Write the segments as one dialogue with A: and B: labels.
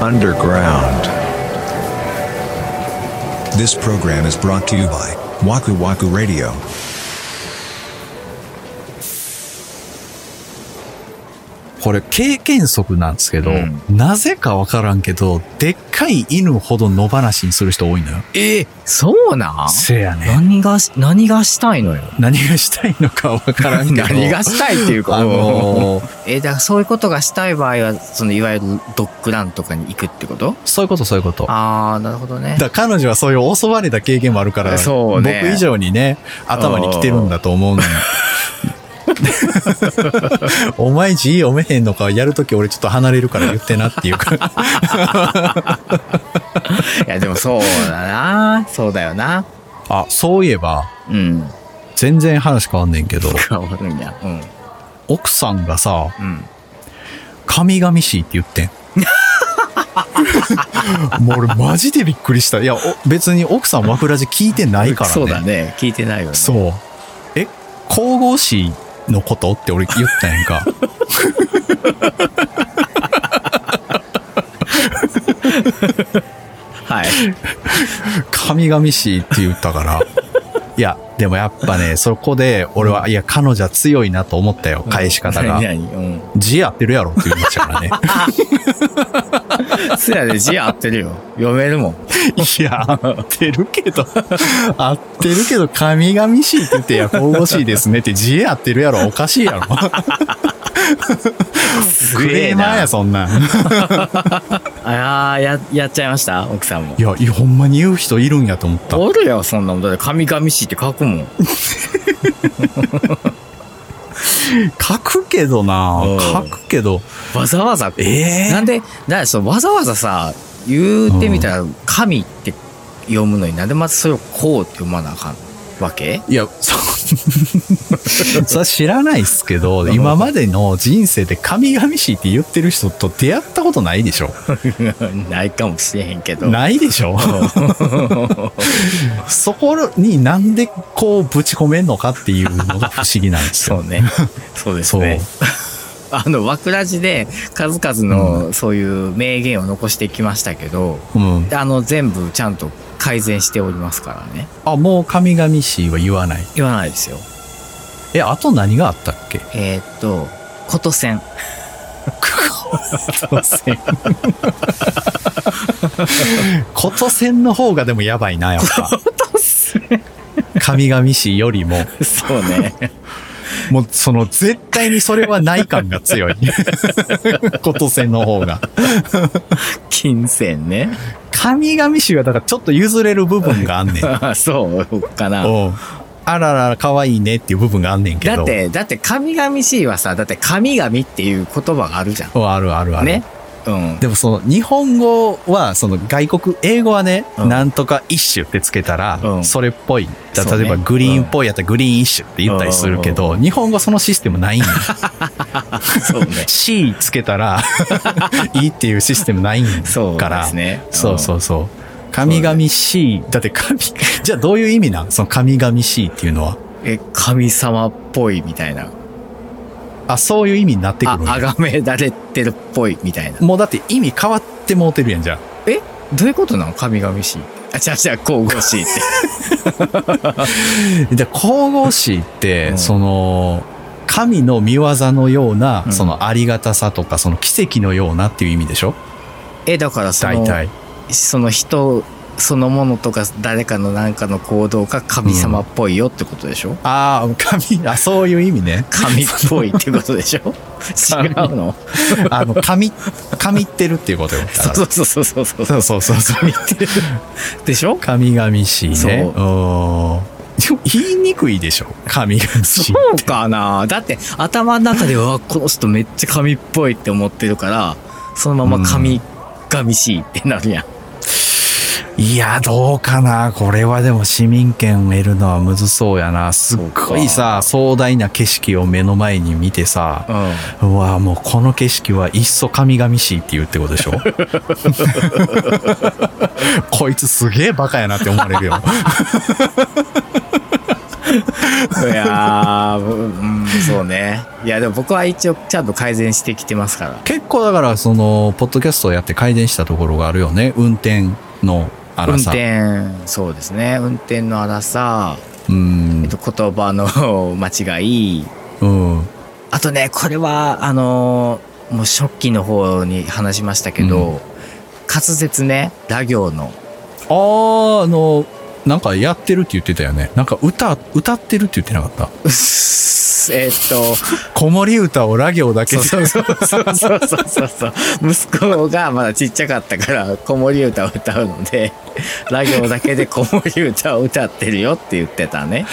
A: underground.
B: This program is brought to you by Waku Waku Radio.
C: これ経験則なんですけど、
D: うん
C: なぜかわからんけど、でっかい犬ほど野放しにする人多いのよ。
D: えそうなん
C: せやね。
D: 何がし、何がしたいのよ。
C: 何がしたいのかわからんけど。
D: 何がしたいっていうか、
C: あのー
D: えだからそういうことがしたい場合は、そのいわゆるドッグランとかに行くってこと
C: そういうことそういうこと。
D: ああ、なるほどね。
C: だから彼女はそういう襲われた経験もあるから、
D: そうね
C: 僕以上にね、頭に来てるんだと思うのよ。 お前字読めへんのか、やるとき俺ちょっと離れるから言ってなっていう か。
D: いや、でもそうだな。そうだよな。
C: あ、そういえば、
D: うん。
C: 全然話変わんねんけど、
D: 変わるんや。うん。
C: 奥さんがさ、
D: うん。
C: 神々しいって言ってん。 もう俺マジでびっくりした。いや、お別に奥さんワフラジ聞いてないからね。
D: そうだね。聞いてないよね。
C: そう。え、神々しいのことって俺言ったやん か。
D: はい。
C: 神々しいって言ったから。いや、でもやっぱね、そこで俺は、いや、彼女は強いなと思ったよ、返し方が。
D: 何々
C: 字合ってるやろって言っちゃうからね。
D: うん。そやで字合ってるよ。読めるもん。
C: いや、合ってるけど、 合ってるけど、神々しいって言って、いや、神々しいですねって、字合ってるやろ、おかし いやろ。クレーマーや、そんなん。
D: ああ、や、やっちゃいました奥さんも
C: い。や、いやほんまに言う人いるんやと思った。
D: おるよ、そんなもん。だって、神々しいって書くもん。
C: 書くけどな
D: うん
C: 書くけど、
D: わざわざ。
C: えー
D: なんで、なんでそうわざわざさ、言ってみたら、神って読むのになんでまずそれをこうって読まなあかんわ け
C: いや、そ、それは知らないっすけど、今までの人生で神々しいって言ってる人と出会ったことないでしょ
D: ないかもしれへんけど。
C: ないでしょそこになんでこうぶち込めんのかっていうのが不思議なんです
D: そ
C: よ。
D: うね。 そうですね。 あの、和倉寺で数々のそういう名言を残してきましたけど、
C: う。うん。
D: あの、全部ちゃんと改善しておりますからね。
C: あ、もう神々しいは言わない。
D: 言わないですよ。
C: え、あと何があったっ け
D: えーっと、ことせん。
C: ことせん。ことせんの方がでもやばいな、やっぱ。神々しいよりも。
D: そうね。
C: もうその絶対にそれはない感が強 い。ことせんの方が。
D: 金銭ね。
C: 神々しいはだからちょっと譲れる部分があんねん。う
D: あ そうかな。
C: ん。あららら、可愛いねっていう部分があんねんけど。
D: だっ。て、だって、神々しいはさ、だって、神々っていう言葉があるじゃん。
C: うん、あるあるある。
D: ね。うん。
C: でもその日本語はその外国、英語はね、
D: うん
C: なんとか一種ってつけたら、
D: うん
C: それっぽい。だ
D: そうね
C: 例えばグリーンっぽいやったらグリーン一種って言ったりするけど、日本語そのシステムないんよ。。
D: そうね
C: C つけたら いいっていうシステムないんから。
D: そうですね。
C: そうそううそう。神々しい。だって神、じゃあどういう意味なんその神々しいっていうのは。
D: ん。え、神様っぽいみたいな。
C: あ、そういう意味になってく
D: あ
C: るん、
D: あ
C: や
D: がめられてるっぽいみたいな。
C: もうだって意味変わってもうてるやんじゃん。
D: えどういうことなの神々しい。あ、じゃあじゃあ、神々しいって。
C: じゃあ神々しいって、
D: うん
C: その、神の見業のような、
D: うん
C: そのありがたさとか、その奇跡のようなっていう意味でしょ
D: え、だからそ
C: 大
D: の、
C: 体。
D: その人そのものとか誰かの何かの行動が神様っぽいよってことでしょ、。
C: ああ、神、あ、 そういう意味ね
D: 神っぽいってことでしょ違うの
C: あの、神、神ってるっていうことよ。だか
D: そう
C: ら
D: そうそうそうそう。
C: そうそうそうそう。
D: でしょ
C: 神々しいね。
D: そう
C: うんでも言いにくいでしょ神々しい。
D: そうかなだって頭の中ではこの人めっちゃ神っぽいって思ってるからそのまま神々しいってなるやん。
C: いや、どうかなこれはでも市民権を得るのはむずそうやな。すっごいさ、壮大な景色を目の前に見てさ、
D: うん、
C: うわもうこの景色はいっそ神々しいって言うってことで しょこいつすげえバカやなって思われるよ。
D: いやー、うん、そうね。いや、でも僕は一応ちゃんと改善してきてますから。
C: 結構だから、その、ポッドキャストをやって改善したところがあるよね。運転の
D: 運
C: 荒さ。
D: 転、そうですね。運転の荒さ、
C: うん
D: えっ。と、言葉の 間違い。
C: うん。
D: あとね、これは、あのーもう初期の方に話しましたけど、滑舌ね、ラ行の。
C: あー、あの、なんかやってるって言ってたよね。なんか歌、歌ってるって言ってなか った。
D: うっすえっと、
C: 子守歌をラ行だけ
D: そ
C: で
D: うそうそうそうそうそうそう。息子がまだちっちゃかったから、子守歌を歌うので、ラ行だけで子守歌を歌ってるよって言ってたね。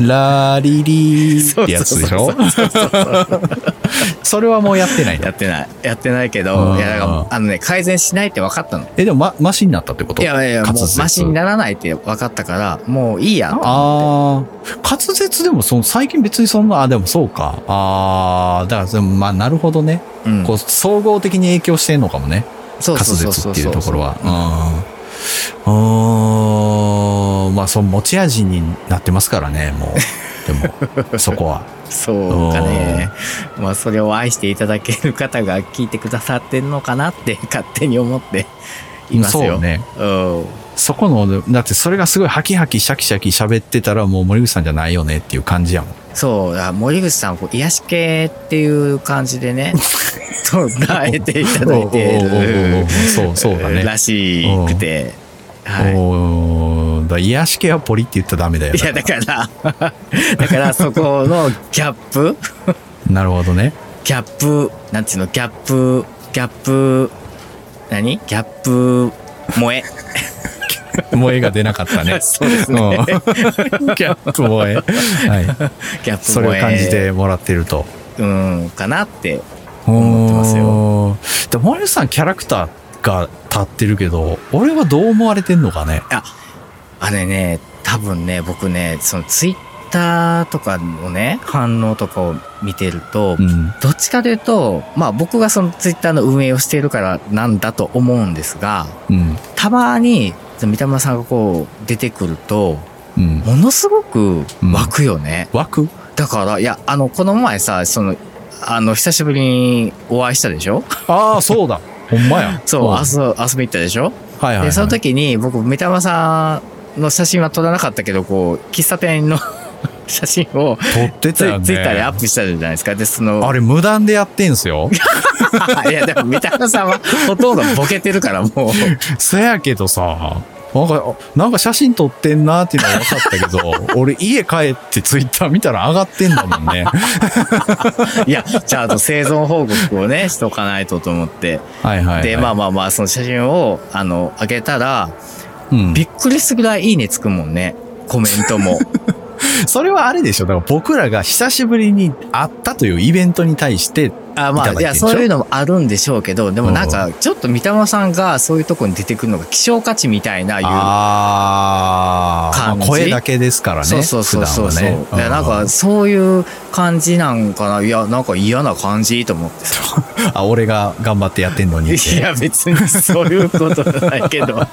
C: ラリリー
D: そ
C: っ
D: う
C: てや
D: そ
C: つ
D: う
C: でし
D: そ
C: ょ
D: うそうそうそう。
C: それはもうやってないんだ。
D: やってない。やってないけど、
C: うん
D: いや、だからあのね、改善しないって分かったの。
C: え、でも、ま、マシになったってこと
D: いやいや、も
C: 滑
D: う
C: 舌
D: マシにならないって分かったから、もういいやと
C: ああ、滑舌でもその、最近別にそんな、あ、でもそうか。ああ、だからでも、まあ、なるほどね。
D: うん
C: こう、総合的に影響してんのかもね。
D: そう
C: 滑
D: そうそうそ
C: 舌
D: う
C: っていうところは。
D: うん
C: うん。うーん。まあ、その持ち味になってますからね、も う。でも、そこは。
D: そうかね。まあ、それを愛していただける方が聞いてくださってんのかなって、勝手に思っていますよ。
C: そうね。
D: うん。
C: そこの、だってそれがすごいハキハキシャキシャキ喋ってたらもう森口さんじゃないよねっていう感じやもん。
D: そう、だから森口さん、こう癒し系っていう感じでね、捉えていただいて
C: おうおうおうおう
D: る。
C: そう、そうだね。
D: らしくて。はい。
C: おーだ癒し系はポリって言ったらダメだよ
D: いや、だから、だからそこのギャップ
C: なるほどね
D: ギャップ、なんていうの、ギャップ、ギャップ、何ギャップ、萌え。
C: 萌えが出なかったね
D: そうです
C: うん ギ
D: ね。
C: ャップ萌え、はい、
D: ギャップ萌え。
C: それを感じ。てもらってると
D: うん、かなって。
C: 思
D: ってます
C: よで森口さんキャラクターが立ってるけど俺はどう思われてんのかね
D: あ、あれね、多分ね、僕ね、そのツイッターとかのね、反応とかを見てると、
C: うん
D: どっちかというと、まあ僕がそのツイッターの運営をしているからなんだと思うんですが、
C: うん
D: たまに三田村さんがこう出てくると、
C: うん
D: ものすごく湧くよね。
C: 枠
D: だから、いや、あの、この前さ、その、あの、久しぶりにお会いしたでしょ
C: ああそうだほんまや
D: そ
C: ん
D: う、遊遊び行ったでしょ
C: はいはい、はい、
D: で、その時に僕、三田村さんの写真は撮らなかったけど、こう、喫茶店の 写真を
C: 撮って
D: ツ
C: た
D: イ,、
C: よね
D: ツイッターでアップしたじゃないですか。で、その、
C: あれ無断でやってんすよ
D: いや、でも三田村さんはほとんどボケてるから、もう。
C: そやけどさ、なんか、あなんか写真撮ってんなっていうのは分かった けど、俺家帰ってツイッター見たら上がってんだもんね。
D: いや、ちゃんと生存報告をね、しとかないとと思って。
C: はいはい、はい。
D: で、まあまあまあ、その写真を、あの、あげたら、
C: うん
D: びっくりするぐらいいいねつくもんね。コメン トも。
C: それはあれでしょ。だから僕らが久しぶりに会ったというイベントに対して、
D: あま
C: いただい
D: あ、
C: て
D: いや、
C: でしょ
D: そういうのもあるんでしょうけど、でもなん
C: う
D: か、ちょっと三田村さんがそういうとこに出てくるのが希少価値みたいな、いう。
C: あー、まあ、
D: 感じ
C: 声だけですからね。
D: そうそうそうそう。
C: 普
D: そう
C: 段
D: いや、な
C: は
D: ん
C: ね。
D: か、そういう感じなんかな。いや、なんか嫌な感じと思ってさ。
C: うんあ、俺が頑張ってやってんのにって。
D: いや、別にそういうことじゃないけ ど、なん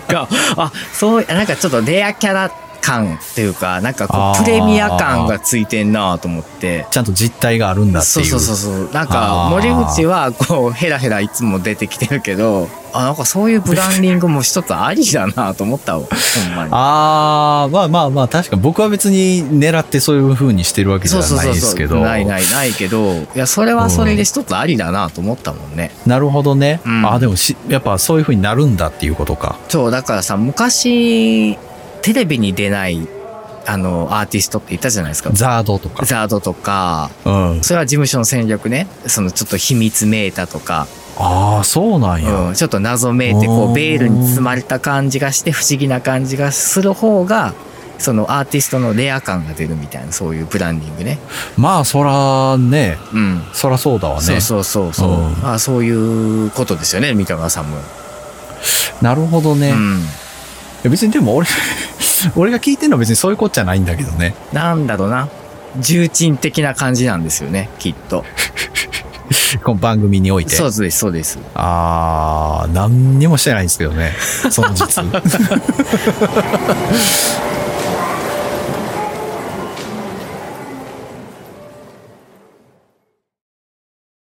D: か、あ、そう、なんかちょっとレアキャラ感っていうか、なんかこ
C: あー
D: う、プレミア感がついてんなと思って。
C: ちゃんと実態があるんだって
D: そ
C: いうう。
D: そうそうそう。なん
C: あ
D: か
C: ー、
D: 森口は、こう、ヘラヘラいつも出てきてるけど、あ、なんかそういうブランディングも一つありだなと 思ったわ。ほんまに。
C: あー、まあまあまあ、確か僕は別に狙ってそういう風にしてるわけじゃ
D: そう
C: な
D: そう
C: い
D: そう
C: です
D: そ
C: け
D: う。
C: ど。
D: ないないないけど、いや、それはそれで一つありだなと思ったもんね。
C: なるほどね。
D: うん
C: あ、でもし、やっぱそういう風になるんだっていうことか。
D: そう、だからさ、昔、テレビに出ない、あの、アーティストっていたじゃないですか。
C: ザードとか。
D: ザードとか、
C: うん。
D: それは事務所の戦略ね。そのちょっと秘密めいたとか、
C: ああ、そうなんや。
D: うん、ちょっと謎めいて、こ
C: おー
D: う、ベールに包まれた感じがして、不思議な感じがする方が、そのアーティストのレア感が出るみたいな、そういうブランディングね。
C: まあ、そらね、
D: うん。
C: そらそうだわね。
D: そうそうそうそう。
C: うん
D: あそういうことですよね、三河さんも。
C: なるほどね。
D: う
C: い
D: ん。
C: や別にでも俺、 俺が聞いてるのは別にそういうことじゃないんだけどね。
D: なんだろうな。重鎮的な感じなんですよね、きっと。
C: この番組において。
D: そうです、そうです。
C: ああ、何にもしてないんですけどね。その実。